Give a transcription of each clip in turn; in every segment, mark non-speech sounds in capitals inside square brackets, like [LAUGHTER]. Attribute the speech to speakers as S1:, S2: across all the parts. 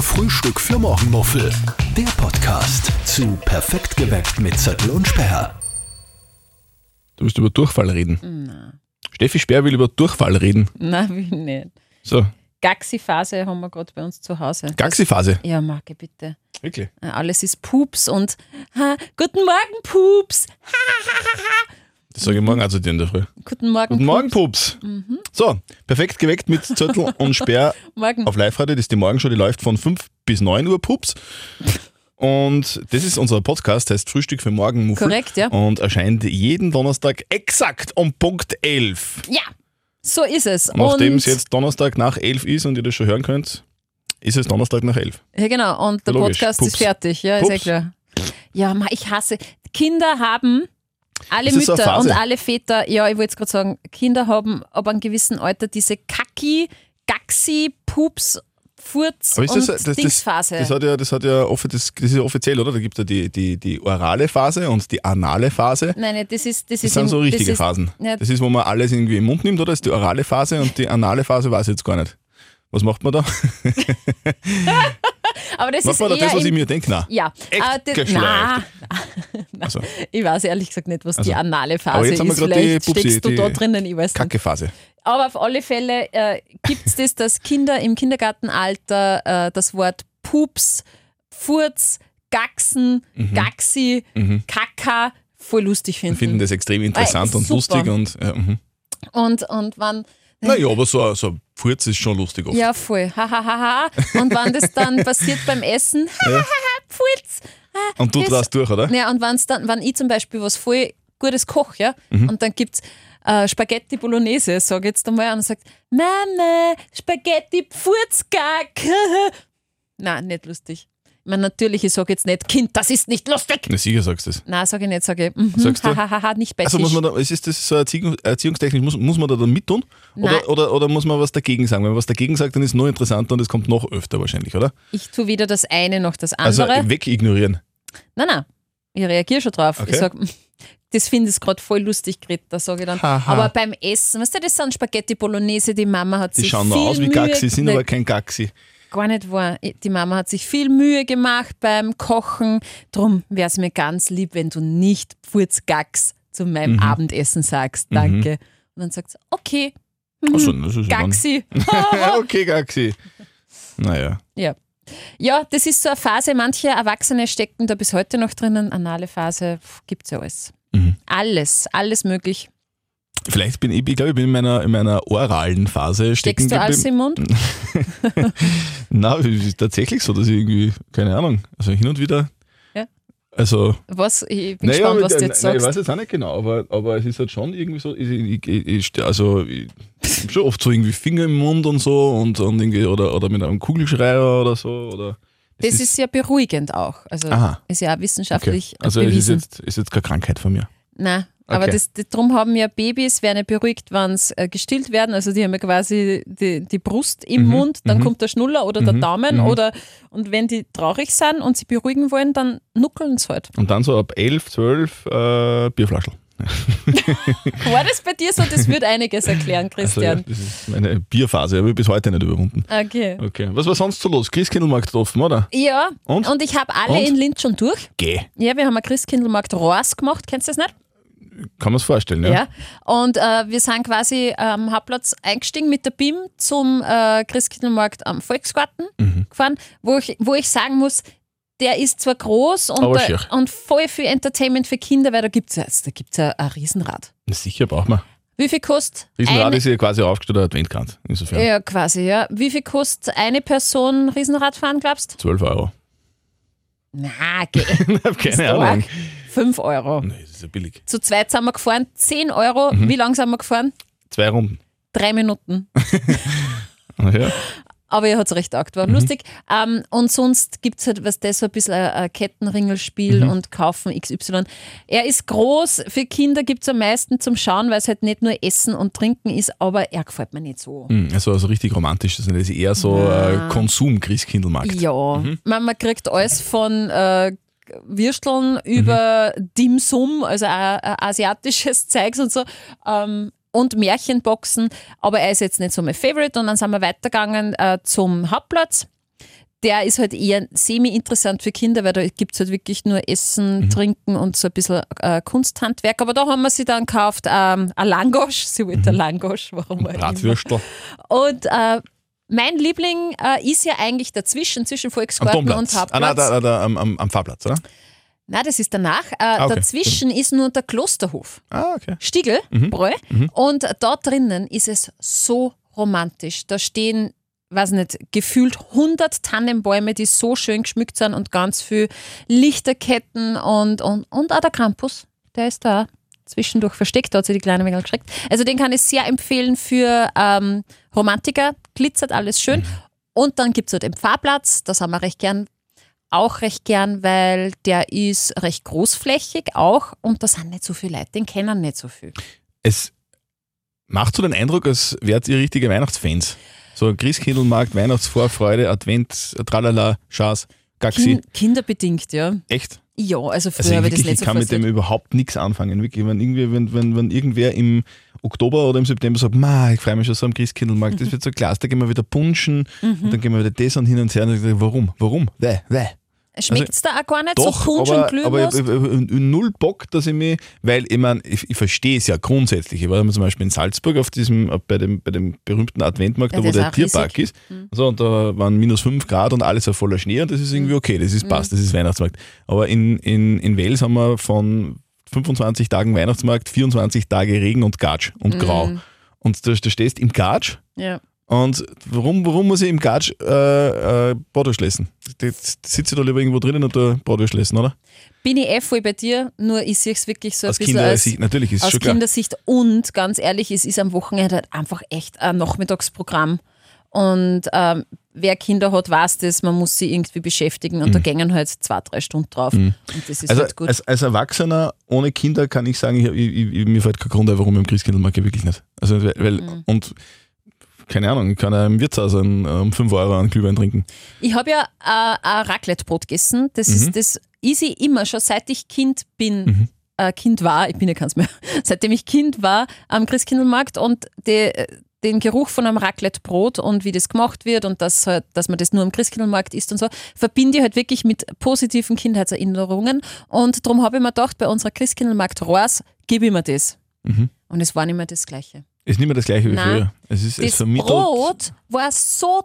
S1: Frühstück für Morgenmuffel. Der Podcast zu Perfekt geweckt mit Zettel und Sperr.
S2: Du willst über Durchfall reden. Steffi Speer will über Durchfall reden.
S3: Nein, will ich nicht.
S2: So,
S3: Gaxi-Phase haben wir gerade bei uns zu Hause.
S2: Gaxi-Phase.
S3: Ja, Marke, bitte.
S2: Wirklich?
S3: Äh, Alles ist Pups und ha, Guten Morgen, Pups.
S2: Das sage ich morgen also dir in der Früh.
S3: Guten Mhm. Morgen,
S2: Guten Morgen, Pups. So, perfekt geweckt mit Zürtel und Sperr
S3: Morgen.
S2: auf Live-Radio. Das ist die Morgenshow, die läuft von 5 bis 9 Uhr, Pups. Und das ist unser Podcast, heißt Frühstück für Morgenmuffel.
S3: Korrekt, ja.
S2: Und erscheint jeden Donnerstag exakt um Punkt 11.
S3: Ja, so ist es.
S2: Nachdem
S3: Und-
S2: es jetzt Donnerstag nach 11 ist und ihr das schon hören könnt, ist es Donnerstag nach 11.
S3: Ja, genau. Und der
S2: Logisch.
S3: Podcast
S2: Pups.
S3: ist fertig. Ja, ist
S2: Pups.
S3: ja klar. Ja, ma, ich hasse. Kinder haben. Alle
S2: Das ist so eine
S3: Mütter und
S2: Phase.
S3: alle Väter, ja, ich wollte jetzt gerade sagen, Kinder haben ab einem gewissen Alter diese Kacki, Gaxi, Pups, Furz
S2: Aber ist
S3: und
S2: das, das, das,
S3: Dingsphase.
S2: das hat ja, das hat ja offi- das, das ist ja offiziell, oder? Da gibt es ja die, die, die orale Phase und die anale Phase.
S3: nein, nein, das ist das,
S2: Das
S3: ist
S2: sind
S3: im-
S2: so richtige
S3: das ist,
S2: Phasen.
S3: Ja,
S2: Das ist, wo man alles irgendwie im Mund nimmt, oder? Das ist die orale Phase und die anale Phase weiß ich jetzt gar nicht. Was macht man da?
S3: aber das
S2: macht
S3: ist
S2: man da
S3: eher
S2: das, was ich
S3: im,
S2: mir denke? Nein.
S3: ja,
S2: Echt
S3: Ah, das- [LAUGHS]
S2: geschleift.
S3: na,
S2: Also,
S3: ich weiß ehrlich gesagt nicht, was die
S2: Also.
S3: anale Phase
S2: Aber jetzt haben wir
S3: ist.
S2: gerade die
S3: Vielleicht
S2: Pupsi,
S3: steckst du
S2: die
S3: da drinnen, ich weiß nicht.
S2: Kacke-Phase.
S3: Aber auf alle Fälle äh, gibt es das, dass Kinder im Kindergartenalter äh, das Wort Pups, Furz, Gaxen, Gaxi, Kaka voll lustig
S2: Mhm. Wir
S3: finden.
S2: finden das extrem interessant
S3: Weil,
S2: und
S3: super.
S2: lustig und. Ja, mhm.
S3: Und, und wann.
S2: Naja, aber so, ein- so ein Furz ist schon lustig oft.
S3: Ja, voll. Ha, ha, ha, ha. Und wann das
S2: [LAUGHS]
S3: dann passiert beim Essen, ha, ha, [LAUGHS] ha, Furz.
S2: und du
S3: das-
S2: drehst durch, oder?
S3: Ja, und wann's dann, wann ich zum Beispiel was voll Gutes koche, ja,
S2: Mhm.
S3: und dann gibt's äh, Spaghetti Bolognese, sage jetzt einmal, und sagt, Mama, Spaghetti Pfurzgack. [LAUGHS] Nein, nicht lustig. Ich meine, natürlich, ich sage jetzt nicht, Kind, das ist nicht lustig.
S2: Na, sicher sagst du das.
S3: Nein, sage ich nicht, sage ich, mhm,
S2: Sagst du?
S3: hahaha, nicht bei
S2: Also
S3: Tisch.
S2: muss man da, es ist das so Erziehung, erziehungstechnisch, muss, muss man da dann mit tun?
S3: Nein.
S2: Oder, oder, oder muss man was dagegen sagen? Wenn man was dagegen sagt, dann ist es noch interessanter und es kommt noch öfter wahrscheinlich, oder?
S3: ich tue weder das eine noch das
S2: Also
S3: andere.
S2: wegignorieren.
S3: nein, nein, ich reagiere schon drauf.
S2: Okay.
S3: Ich sage, [LAUGHS] das finde ich gerade voll lustig, Grit, da sage ich dann.
S2: Haha.
S3: Aber beim Essen, weißt du, das sind Spaghetti Bolognese, die Mama hat
S2: Die
S3: sich
S2: schauen
S3: viel
S2: nur aus wie
S3: Mühe
S2: Gaxi, sind
S3: Nein,
S2: aber kein Gaxi.
S3: gar nicht wahr. Die Mama hat sich viel Mühe gemacht beim Kochen. Drum wäre es mir ganz lieb, wenn du nicht Pfurzgax zu meinem
S2: Mhm.
S3: Abendessen sagst. Danke. Und dann sagt sie, okay,
S2: Achso, Also, das ist ja dann-
S3: Mhm.
S2: [LAUGHS]
S3: Gaxi.
S2: okay, Gaxi. Naja.
S3: ja. ja, das ist so eine Phase. Manche Erwachsene stecken da bis heute noch drinnen. Anale Phase gibt es ja alles.
S2: Mhm.
S3: Alles, alles möglich.
S2: Vielleicht bin ich, ich glaube, ich bin in meiner, in meiner oralen Phase stecken
S3: Steckst du alles im Mund?
S2: [LAUGHS] Nein, es ist tatsächlich so, dass ich irgendwie, keine Ahnung, also hin und wieder.
S3: Ja.
S2: Also,
S3: Was? Ich bin
S2: naja,
S3: gespannt, was
S2: mit-
S3: du jetzt
S2: nein, ich
S3: sagst.
S2: weiß jetzt auch nicht genau, aber, aber es ist halt schon irgendwie so, ich, ich, ich, ich, also ich, hab schon oft so irgendwie Finger im Mund und so und, und irgendwie, oder, oder mit einem Kugelschreiber oder so. Oder,
S3: das ist ja beruhigend auch. Also
S2: Aha.
S3: ist ja auch
S2: okay.
S3: wissenschaftlich
S2: Also es ist
S3: bewiesen.
S2: jetzt, ist jetzt keine Krankheit von mir.
S3: Nein, aber
S2: Okay.
S3: das, das, darum haben ja Babys, werden ja beruhigt, wenn sie äh, gestillt werden. Also die haben ja quasi die, die Brust im
S2: Mhm.
S3: Mund, dann kommt der Schnuller oder der Daumen oder und wenn die traurig sind und sie beruhigen wollen, dann nuckeln sie halt.
S2: Und dann so ab 11, 12 äh, Bierflaschel.
S3: War das bei dir so? Das wird einiges erklären,
S2: [LAUGHS] Also, ja,
S3: Christian.
S2: das ist meine Bierphase, habe ich bis heute nicht überwunden.
S3: Okay.
S2: Okay. Was war sonst so los? Christkindlmarkt offen, oder?
S3: Ja,
S2: Und?
S3: und, ich habe alle
S2: Und?
S3: in Linz schon durch.
S2: Geh.
S3: Ja, wir haben einen Christkindlmarkt Rohrs gemacht, kennst du das nicht?
S2: Kann man es vorstellen, ja?
S3: Ja. Und äh, wir sind quasi am Hauptplatz eingestiegen mit der BIM zum äh, Christkindlmarkt am Volksgarten
S2: Mhm.
S3: gefahren, wo ich, wo ich sagen muss, der ist zwar groß und,
S2: Aber
S3: da,
S2: schier.
S3: und voll viel Entertainment für Kinder, weil da gibt es ja, da gibt's ja ein Riesenrad.
S2: Sicher braucht man.
S3: Wie viel kostet
S2: Riesenrad
S3: eine,
S2: ist ja quasi aufgestellter Adventkranz. Insofern
S3: ja, quasi, ja. Wie viel kostet eine Person Riesenrad fahren, glaubst
S2: 12 Euro. [LAUGHS]
S3: du? Na, [LAUGHS] geh.
S2: Ich habe
S3: Ist
S2: keine
S3: arg.
S2: Ahnung.
S3: Fünf Euro.
S2: Nee, das ist ja billig.
S3: Zu zweit sind wir gefahren, zehn Euro.
S2: Mhm.
S3: Wie lang sind wir gefahren?
S2: Zwei Runden.
S3: Drei Minuten.
S2: Ja.
S3: Aber ihr hat's recht taugt, war lustig. Ähm, und sonst gibt's halt, was das so ein bisschen ein, ein Kettenringelspiel und kaufen XY. Er ist groß, für Kinder gibt's am meisten zum Schauen, weil es halt nicht nur Essen und Trinken ist, aber er gefällt mir nicht so.
S2: Hm, Also, also richtig romantisch. Das ist eher so äh, Konsum-Christkindlmarkt.
S3: Ja, man, man kriegt alles von äh, Würsteln über Dim Sum, also a- a- asiatisches [LAUGHS] Zeugs und so. Ähm, und Märchenboxen, aber er ist jetzt nicht so mein Favorite. Und dann sind wir weitergegangen äh, zum Hauptplatz. der ist halt eher semi-interessant für Kinder, weil da gibt es halt wirklich nur Essen, Trinken und so ein bisschen äh, Kunsthandwerk. Aber da haben wir sie dann gekauft, ähm, ein Langosch, sie wollte ein Langosch, warum auch immer.
S2: Bratwürstel.
S3: Und äh, mein Liebling äh, ist ja eigentlich dazwischen, zwischen
S2: Am
S3: Volksgarten und
S2: Domplatz.
S3: Hauptplatz.
S2: Ah, nein, da, da, da, am, am, am Fahrplatz, oder?
S3: Nein, das ist danach. Äh,
S2: Ah, okay.
S3: Dazwischen ist nur der Klosterhof.
S2: Ah, okay.
S3: Stiegel, Bräu. Und da drinnen ist es so romantisch. Da stehen, weiß nicht, gefühlt 100 Tannenbäume, die so schön geschmückt sind und ganz viel Lichterketten und, und, und auch der Campus. Der ist da zwischendurch versteckt, da hat sie die kleine Mängel geschreckt. Also den kann ich sehr empfehlen für ähm, Romantiker. Glitzert alles schön. Und dann gibt es dort den Pfarrplatz, das haben wir recht gern. Auch recht gern, weil der ist recht großflächig auch und da sind nicht so viele Leute, den kennen nicht so viel.
S2: Es macht so den Eindruck, als wärt ihr richtige Weihnachtsfans. So Christkindlmarkt, Weihnachtsvorfreude, Advent, äh, Tralala, Schaß, Gaxi.
S3: Kin kinderbedingt, ja.
S2: Echt?
S3: Ja, also früher
S2: Also
S3: habe ich das
S2: wirklich,
S3: nicht
S2: ich
S3: so
S2: kann mit dem
S3: forciert.
S2: überhaupt nichts anfangen. Wirklich, wenn, irgendwie, wenn, wenn, wenn irgendwer im Oktober oder im September sagt, Ma, ich freue mich schon so am Christkindlmarkt,
S3: [LAUGHS]
S2: das wird so klasse, da gehen wir wieder punschen
S3: Mhm.
S2: und dann gehen wir wieder das und hin und her. Und ich sage, warum? Warum? Weh, weh.
S3: Schmeckt es da auch gar nicht
S2: Doch,
S3: so Punsch
S2: aber,
S3: und
S2: aber ich,
S3: Glühwurst?
S2: ich, ich, ich, null Bock, dass ich mich, weil ich meine, ich, ich verstehe es ja grundsätzlich. Ich war zum Beispiel in Salzburg auf diesem, äh, bei dem, bei dem berühmten Adventmarkt,
S3: Ja,
S2: da, wo
S3: der
S2: der
S3: ist auch Mhm.
S2: Tierpark ist. So, und da waren minus 5 Grad und alles war voller Schnee und das ist irgendwie okay, das ist
S3: Mhm.
S2: passt, das ist Weihnachtsmarkt. Aber in, in, in Wales haben wir von 25 Tagen Weihnachtsmarkt 24 Tage Regen und Gatsch und
S3: Mhm.
S2: Grau. Und du, du stehst im Gatsch
S3: Ja.
S2: und warum, warum muss ich im Gatsch äh, äh, Bratwurst essen? Jetzt sitze ich da lieber irgendwo drinnen und da Bratwurst essen, oder?
S3: Bin ich eh voll bei dir, nur ich sehe es wirklich so ein
S2: Aus
S3: bisschen
S2: Kindersicht,
S3: als,
S2: natürlich ist
S3: aus
S2: schon klar.
S3: Kindersicht und ganz ehrlich, es ist am Wochenende halt einfach echt ein Nachmittagsprogramm und ähm, wer Kinder hat, weiß das, man muss sie irgendwie beschäftigen und da gängen halt zwei, drei Stunden drauf und das ist
S2: Mhm. Also
S3: halt gut.
S2: als, als Erwachsener ohne Kinder kann ich sagen, ich, ich, ich, mir fällt kein Grund ein, warum ich im Christkindlmarkt gehe, wirklich nicht. Also weil, weil-
S3: Mhm.
S2: und keine Ahnung, ich kann auch im Wirtshaus einen, um 5 Euro einen Glühwein trinken.
S3: Ich habe ja äh, ein Raclette-Brot gegessen. Das ist das easy immer schon seit ich Kind bin. Äh, kind war, ich bin ja keins mehr. [LAUGHS] Seitdem ich Kind war am Christkindlmarkt und de, den Geruch von einem Raclette-Brot und wie das gemacht wird und dass, halt, dass man das nur am Christkindlmarkt isst und so, verbinde ich halt wirklich mit positiven Kindheitserinnerungen. Und darum habe ich mir gedacht, bei unserer Christkindlmarkt-Rohrs gebe ich mir das. Und es war nicht mehr das Gleiche.
S2: Ist nicht mehr das gleiche wie
S3: Nein.
S2: früher. Es ist es
S3: Das
S2: vermittelt.
S3: Brot war so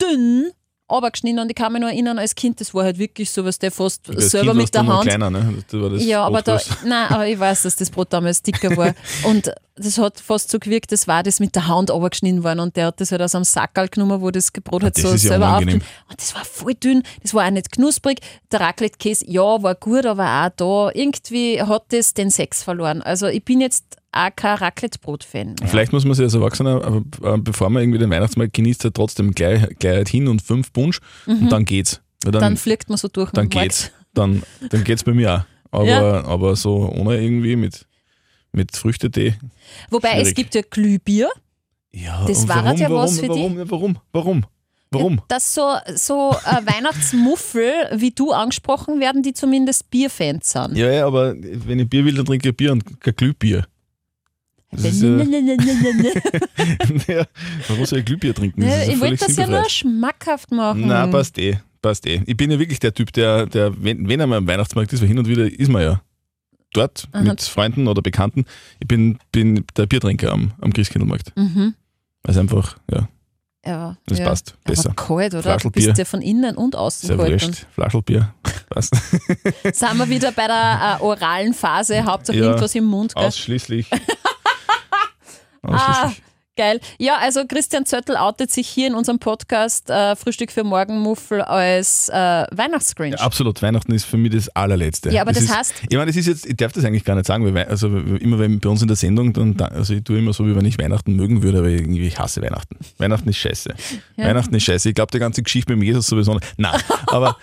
S3: dünn runtergeschnitten und ich kann mich noch erinnern, als Kind, das war halt wirklich so, was der fast
S2: Als
S3: selber
S2: Kind warst
S3: mit
S2: du
S3: der
S2: noch
S3: Hand.
S2: Kleiner, ne? Da war das
S3: Ja, aber da,
S2: Bratwurst.
S3: [LAUGHS] nein, aber ich weiß, dass das Brot damals dicker
S2: [LAUGHS]
S3: war. Und das hat fast so gewirkt, das war das mit der Hand runtergeschnitten worden und der hat das halt aus einem Sackerl genommen, wo das Brot halt
S2: Ah, das
S3: so
S2: ist ja
S3: selber
S2: unangenehm.
S3: aufgeschnitten- Und das war voll dünn, das war auch nicht knusprig. Der Raclette-Käse, ja, war gut, aber auch da, irgendwie hat das den Sex verloren. Also ich bin jetzt auch kein Raclette-Brot-Fan mehr.
S2: Vielleicht muss man sich als Erwachsener, aber, äh, bevor man irgendwie den Weihnachtsmarkt genießt, halt trotzdem gleich, gleich hin und fünf Punsch und dann geht's. Weil
S3: Mhm. dann fliegt man so durch.
S2: dann
S3: mit dem
S2: geht's. Dann, dann geht's bei mir auch. Aber,
S3: Ja.
S2: aber so ohne irgendwie mit, mit Früchtetee.
S3: Markt. Wobei es
S2: schwierig.
S3: gibt ja Glühbier,
S2: Ja,
S3: Das
S2: und
S3: war halt ja
S2: warum,
S3: was für
S2: warum, warum, warum, warum?
S3: dass so, so
S2: [LAUGHS]
S3: äh, Weihnachtsmuffel wie du angesprochen werden, die zumindest Bierfans sind.
S2: Ja, ja, aber wenn ich Bier will, dann trinke ich Bier und kein Glühbier. Das ist,
S3: ne,
S2: äh, [LAUGHS]
S3: ich
S2: ja, man muss ja Glühbier trinken. Das ist ja
S3: Ne, wollte
S2: völlig
S3: das ja
S2: sinnbefreit.
S3: nur schmackhaft machen.
S2: Na, passt eh, passt eh. Ich bin ja wirklich der Typ, der, der wenn, wenn er mal am Weihnachtsmarkt ist, weil hin und wieder ist man ja dort
S3: Aha.
S2: mit Freunden oder Bekannten. Ich bin, bin der Biertrinker am, am Christkindlmarkt.
S3: Mhm.
S2: Also einfach, ja,
S3: Ja,
S2: das
S3: ja.
S2: passt besser.
S3: Aber kalt, oder? Du
S2: Flaschelbier.
S3: bist ja von innen und außen
S2: Sehr
S3: kalt.
S2: wurscht. Flaschelbier. Passt.
S3: Dann Sind wir wieder bei der äh, oralen Phase, Hauptsache
S2: Ja.
S3: irgendwas im Mund. Gell? [LAUGHS]
S2: Ausschließlich.
S3: Ah,
S2: Ausschließlich.
S3: geil. Ja, also Christian Zöttl outet sich hier in unserem Podcast äh, Frühstück für Morgenmuffel als äh, Weihnachtsgrinch.
S2: Ja, absolut, Weihnachten ist für mich das allerletzte.
S3: Ja, aber das
S2: ist,
S3: heißt-
S2: Ich meine, das ist jetzt, ich darf das eigentlich gar nicht sagen, weil Wei- also immer wenn bei uns in der Sendung, dann, da- also ich tue immer so, wie wenn ich Weihnachten mögen würde, aber irgendwie ich hasse Weihnachten. Weihnachten ist scheiße. Weihnachten ist scheiße. Ich glaube, die ganze Geschichte mit dem Jesus sowieso nicht. Nein, aber,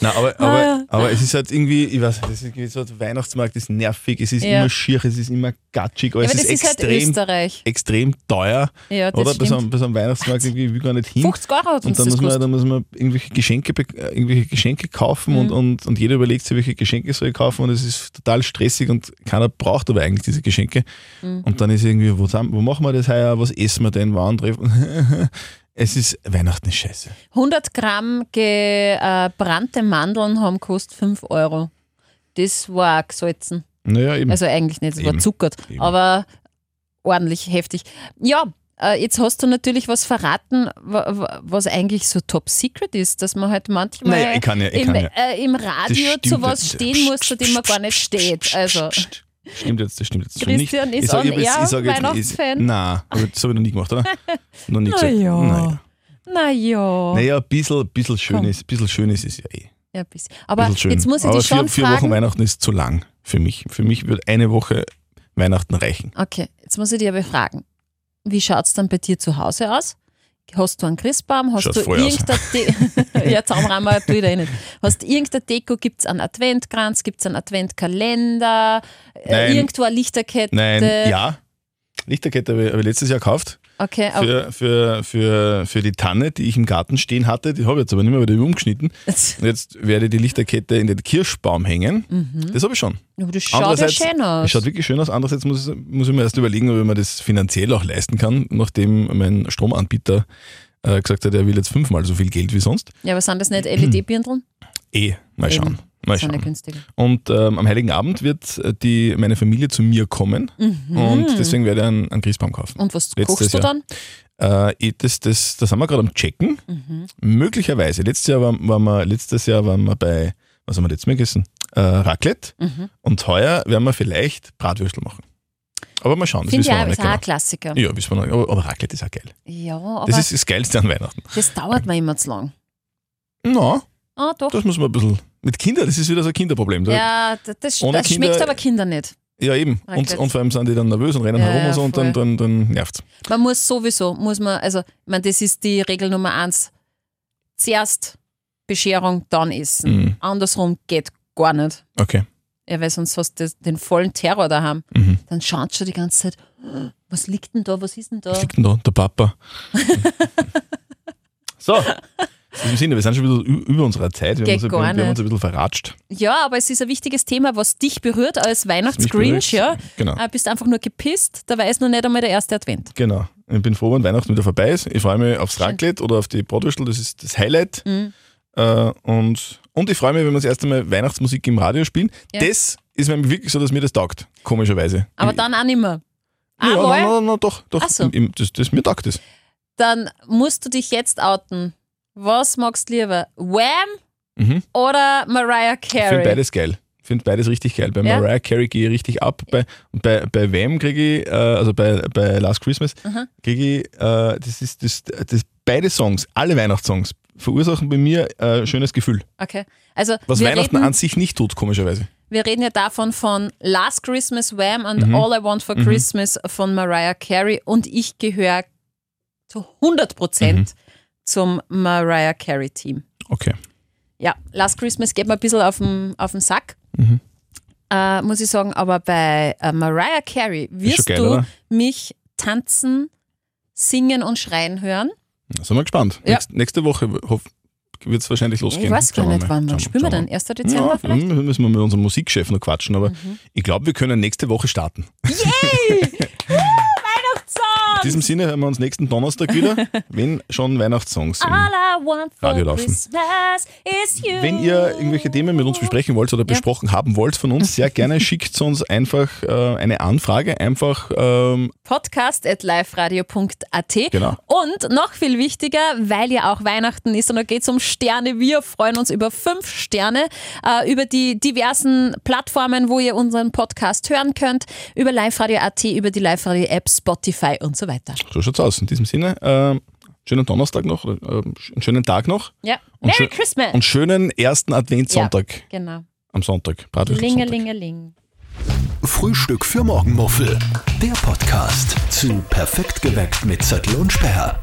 S2: nein,
S3: [LAUGHS]
S2: aber, aber, aber es ist halt irgendwie, ich weiß, das ist irgendwie so, der Weihnachtsmarkt ist nervig, es ist
S3: Ja.
S2: immer schier, es ist immer gatschig, aber
S3: Ja,
S2: es
S3: aber
S2: ist
S3: das ist halt
S2: extrem,
S3: Österreich.
S2: extrem teuer.
S3: Ja, das
S2: oder bei so,
S3: stimmt.
S2: einem, bei so einem Weihnachtsmarkt irgendwie, ich will gar nicht hin.
S3: 50 Euro hat uns
S2: Und dann
S3: das
S2: muss, man,
S3: gekostet.
S2: dann muss man irgendwelche Geschenke, be- äh, irgendwelche Geschenke kaufen
S3: Mhm.
S2: und, und, und jeder überlegt sich, welche Geschenke soll ich kaufen und es ist total stressig und keiner braucht aber eigentlich diese
S3: Mhm.
S2: Geschenke. Und dann ist irgendwie, wo, sam- wo machen wir das heuer, was essen wir denn, wann treffen [LAUGHS] Es ist Weihnachten ist scheiße.
S3: 100 Gramm gebrannte Mandeln haben kostet 5 Euro. Das war auch gesalzen.
S2: Naja, eben.
S3: Also eigentlich nicht, es war
S2: Hm. Eben.
S3: zuckert,
S2: Eben.
S3: aber ordentlich heftig. Ja, äh, jetzt hast du natürlich was verraten, wa- wa- was eigentlich so top secret ist, dass man halt manchmal
S2: Naja, ich kann ja- ich
S3: im,
S2: kann ja.
S3: äh, im
S2: Das
S3: Radio
S2: stimmt
S3: zu was
S2: jetzt.
S3: stehen muss, zu dem man gar nicht steht. Also
S2: Stimmt jetzt, das stimmt jetzt so
S3: Christian
S2: nicht.
S3: ist on
S2: jetzt-
S3: air Ah.
S2: sag jetzt, ich,
S3: Weihnachtsfan.
S2: Nein, aber das habe ich [LAUGHS] noch nie gemacht, oder? Noch nicht gesagt.
S3: Naja.
S2: Naja,
S3: naja.
S2: naja ein bisschen, bisschen, schön
S3: Komm.
S2: ist, bisschen schön ist es ja eh.
S3: Ja, ein bisschen. Aber
S2: bisschen schön.
S3: jetzt muss ich
S2: aber
S3: dich schon
S2: vier, vier Wochen
S3: fragen.
S2: Weihnachten ist zu lang für mich. Für mich wird eine Woche Weihnachten reichen.
S3: Okay, jetzt muss ich dich aber fragen. Wie schaut es dann bei dir zu Hause aus? Hast du einen Christbaum? Hast
S2: Schaut
S3: du
S2: voll aus.
S3: irgendeine
S2: [LAUGHS]
S3: Deko? ja, Zaumrahmer tue ich da eh nicht. Hast du irgendeine Deko? Gibt es einen Adventkranz? Gibt es einen Adventkalender? Äh,
S2: Nein.
S3: Irgendwo eine Lichterkette?
S2: Nein, ja. Lichterkette habe ich, habe ich letztes Jahr gekauft
S3: Okay, aber
S2: für, für, für, für die Tanne, die ich im Garten stehen hatte. Die habe ich jetzt aber nicht mehr, weil die habe ich umgeschnitten. Und Jetzt werde ich die Lichterkette in den Kirschbaum hängen.
S3: Mhm.
S2: Das habe ich schon.
S3: Aber das schaut ja schön
S2: das
S3: aus.
S2: schaut wirklich schön aus. Andererseits muss, ich- muss ich mir erst überlegen, ob ich mir das finanziell auch leisten kann, nachdem mein Stromanbieter äh, gesagt hat, er will jetzt fünfmal so viel Geld wie sonst.
S3: Ja, aber sind das nicht LED-Birndeln?
S2: Eh, mal
S3: Eben.
S2: schauen. [CLEARS THROAT] Mal
S3: Sind ja
S2: schauen.
S3: günstig.
S2: Und ähm, am Heiligen Abend wird äh, die, meine Familie zu mir kommen und deswegen werde ich einen, einen Christbaum kaufen.
S3: Mhm. Und was
S2: Mhm. Letztes
S3: kochst du
S2: Jahr.
S3: dann?
S2: Äh, ich- das, das, das haben wir gerade am Checken.
S3: Mhm,
S2: Möglicherweise. Letztes Jahr waren, waren wir, letztes Jahr waren wir bei, was haben wir letztes Mal gegessen? Äh, Raclette. Und heuer werden wir vielleicht Bratwürstel machen. Aber mal schauen, das
S3: Finde ich
S2: wissen wir
S3: auch,
S2: noch
S3: ist
S2: nicht
S3: auch ein
S2: genau.
S3: Klassiker.
S2: Ja, wissen wir noch, nicht. aber, aber Raclette ist auch geil.
S3: Ja, aber
S2: Das
S3: das,
S2: ist das Geilste an Weihnachten.
S3: dauert mir immer zu lang.
S2: Na,
S3: Ah, doch.
S2: das muss man ein bisschen. Mit Kindern, das ist wieder so ein Kinderproblem. Da-
S3: ja, das, das,
S2: Ohne
S3: das schmeckt
S2: Kinder-
S3: aber Kinder nicht.
S2: ja eben. Und,
S3: Raclette.
S2: und vor allem sind die dann nervös und rennen
S3: Ja,
S2: herum
S3: ja,
S2: und so und dann,
S3: voll.
S2: dann, dann nervt's.
S3: Man muss sowieso, muss man, also, ich meine, das ist die Regel Nummer eins. Zuerst Bescherung, dann Essen.
S2: Mhm.
S3: Andersrum geht gar nicht.
S2: Okay.
S3: Ja, weil sonst hast du das- den vollen Terror daheim.
S2: Mhm.
S3: Dann schaust du die ganze Zeit, was liegt denn da, was ist denn da?
S2: Was liegt denn da? Der Papa. [LAUGHS] so. Im Sinne, wir sind schon ein bisschen ü- über unserer Zeit. Wir,
S3: Geht
S2: haben uns, ein-
S3: gar
S2: wir haben
S3: nicht.
S2: uns ein bisschen verratscht.
S3: Ja, aber es ist ein wichtiges Thema, was dich berührt als
S2: Mich berührt's.
S3: Weihnachtsgrinch, ja.
S2: Genau.
S3: Äh, bist einfach nur gepisst, da weiß noch nicht einmal der erste Advent.
S2: Genau. Ich bin froh, wenn Weihnachten wieder vorbei ist. Ich freue mich aufs Raclette oder auf die Bratwürstel, das ist das Highlight.
S3: Mhm.
S2: Äh, und, und ich freue mich, wenn wir das erste Mal Weihnachtsmusik im Radio spielen.
S3: Ja.
S2: Das ist mir wirklich so, dass mir das taugt, komischerweise.
S3: Aber
S2: Ich-
S3: dann auch nicht mehr.
S2: Äh. ja,
S3: Aber
S2: nein, nein, nein, doch, doch.
S3: Ach so.
S2: Im- im- das, das, mir taugt das.
S3: dann musst du dich jetzt outen. Was magst du lieber? Wham
S2: Mhm.
S3: oder Mariah
S2: Ich finde
S3: Carey?
S2: beides geil. Ich finde beides richtig geil. Bei
S3: Ja?
S2: Mariah Carey gehe ich richtig ab. Bei, bei, bei Wham kriege ich, äh, also bei, bei Last Christmas,
S3: Mhm.
S2: kriege ich, äh, das ist das, das, beide Songs, alle Weihnachtssongs, verursachen bei mir äh, schönes Gefühl.
S3: Okay. Also
S2: Was
S3: wir,
S2: Weihnachten an
S3: reden,
S2: sich nicht tut, komischerweise.
S3: wir reden ja davon von Last Christmas Wham und
S2: Mhm.
S3: All I Want for Christmas von Mariah Carey und ich gehöre zu 100%
S2: Mhm.
S3: zum Mariah Carey Team.
S2: Okay.
S3: Ja, Last Christmas geht mir ein bisschen auf den, auf den Sack.
S2: Mhm.
S3: Äh, muss ich sagen, aber bei äh, Mariah Carey
S2: schon
S3: wirst
S2: geil,
S3: du
S2: oder?
S3: mich tanzen, singen und schreien hören.
S2: Da sind wir gespannt.
S3: Ja.
S2: Nächst, nächste Woche wird es wahrscheinlich losgehen.
S3: Ich weiß gar
S2: Schauen wir
S3: nicht,
S2: mal.
S3: wann. Wann
S2: Schauen
S3: spielen wir
S2: schauen
S3: denn? 1. Dezember
S2: ja,
S3: vielleicht? Mhm.
S2: dann müssen wir mit unserem Musikchef noch quatschen, aber ich glaube, wir können nächste Woche starten. [LAUGHS] In
S3: Weihnachtssong!
S2: diesem Sinne hören wir uns nächsten Donnerstag wieder,
S3: [LAUGHS]
S2: wenn schon Weihnachtssongs. im-
S3: All I want for
S2: Radio laufen.
S3: Christmas is you.
S2: Wenn ihr irgendwelche Themen mit uns besprechen wollt oder besprochen haben wollt von uns, sehr gerne schickt uns einfach äh, eine Anfrage, einfach ähm,
S3: Podcast at liveradio.at.
S2: Genau.
S3: Und noch viel wichtiger, weil ja auch Weihnachten ist und da geht es um Sterne. Wir freuen uns über fünf Sterne, äh, über die diversen Plattformen, wo ihr unseren Podcast hören könnt, über liveradio.at, über die Live-Radio-App, Spotify und so weiter.
S2: so schaut's aus. In diesem Sinne, ähm, schönen Donnerstag noch, oder, ähm, sch- einen schönen Tag noch
S3: Ja.
S2: Und
S3: Merry
S2: schön-
S3: Christmas!
S2: und schönen ersten Adventssonntag
S3: genau.
S2: am Sonntag. Bratwürstel-Sonntag.
S3: Lingelingeling.
S1: Frühstück für Morgenmuffel. Der Podcast zu Perfekt geweckt mit Zettel und Sperr.